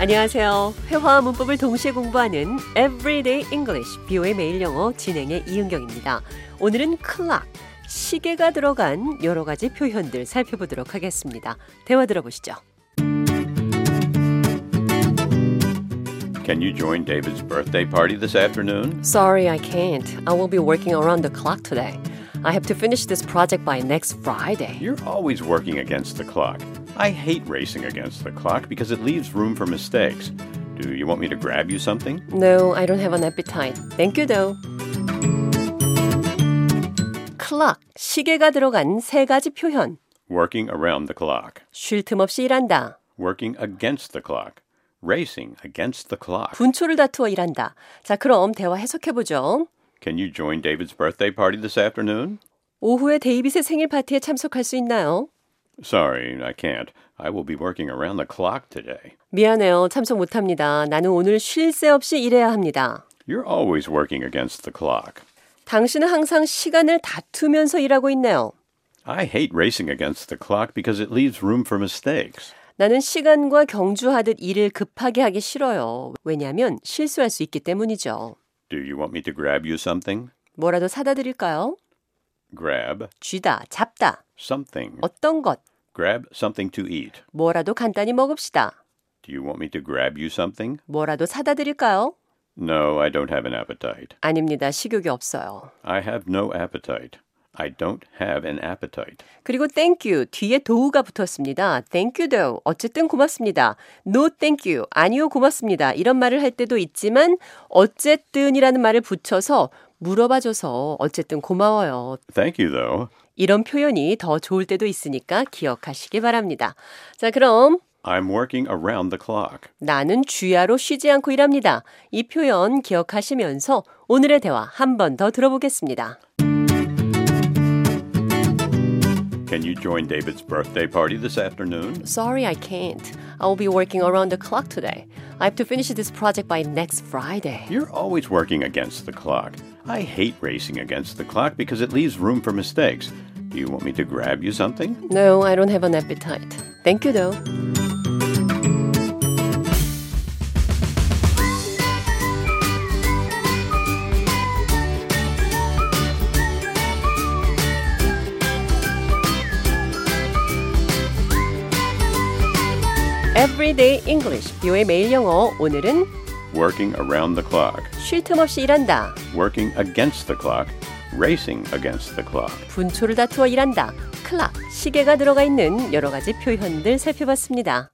안녕하세요. 회화와 문법을 동시에 공부하는 Everyday English, 비오의 매일 영어 진행의 이은경입니다. 오늘은 clock, 시계가 들어간 여러 가지 표현들 살펴보도록 하겠습니다. 대화 들어보시죠. Can you join David's birthday party this afternoon? Sorry, I can't. I will be working around the clock today. I have to finish this project by next Friday. You're always working against the clock. I hate racing against the clock because it leaves room for mistakes. Do you want me to grab you something? No, I don't have an appetite. Thank you though. clock, 시계가 들어간 세 가지 표현. Working around the clock, 쉴 틈 없이 일한다. working against the clock, racing against the clock. 분초를 다투어 일한다. 자, 그럼 대화 해석해 보죠. Can you join David's birthday party this afternoon? 오후에 데이빗의 생일 파티에 참석할 수 있나요? Sorry, I can't. I will be working around the clock today. 미안해요. 참석 못 합니다. 나는 오늘 쉴 새 없이 일해야 합니다. You're always working against the clock. 당신은 항상 시간을 다투면서 일하고 있네요. I hate racing against the clock because it leaves room for mistakes. 나는 시간과 경주하듯 일을 급하게 하기 싫어요. 왜냐하면 실수할 수 있기 때문이죠. Do you want me to grab you something? 뭐라도 사다 드릴까요? Grab 쥐다, 잡다, something. 어떤 것, Grab something to eat. 뭐라도 간단히 먹읍시다. Do you want me to grab you something? 뭐라도 사다 드릴까요? No, I don't have an appetite. 아닙니다. 식욕이 없어요. I have no appetite. I don't have an appetite. 그리고 thank you 뒤에 도우가 붙었습니다. thank you though 어쨌든 고맙습니다. no thank you 아니요 고맙습니다. 이런 말을 할 때도 있지만 어쨌든이라는 말을 붙여서 물어봐줘서 어쨌든 고마워요. Thank you, though. 이런 표현이 더 좋을 때도 있으니까 기억하시기 바랍니다. 자 그럼 I'm working around the clock. 나는 주야로 쉬지 않고 일합니다. 이 표현 기억하시면서 오늘의 대화 한 번 더 들어보겠습니다. Can you join David's birthday party this afternoon? Sorry, I can't. I'll be working around the clock today. I have to finish this project by next Friday. You're always working against the clock. I hate racing against the clock because it leaves room for mistakes. Do you want me to grab you something? No, I don't have an appetite. Thank you, though. Everyday English, 뷰의 매일 영어. 오늘은 Working around the clock. 쉴 틈 없이 일한다. Working against the clock. Racing against the clock. 분초를 다투어 일한다. 클락, 시계가 들어가 있는 여러 가지 표현들 살펴봤습니다.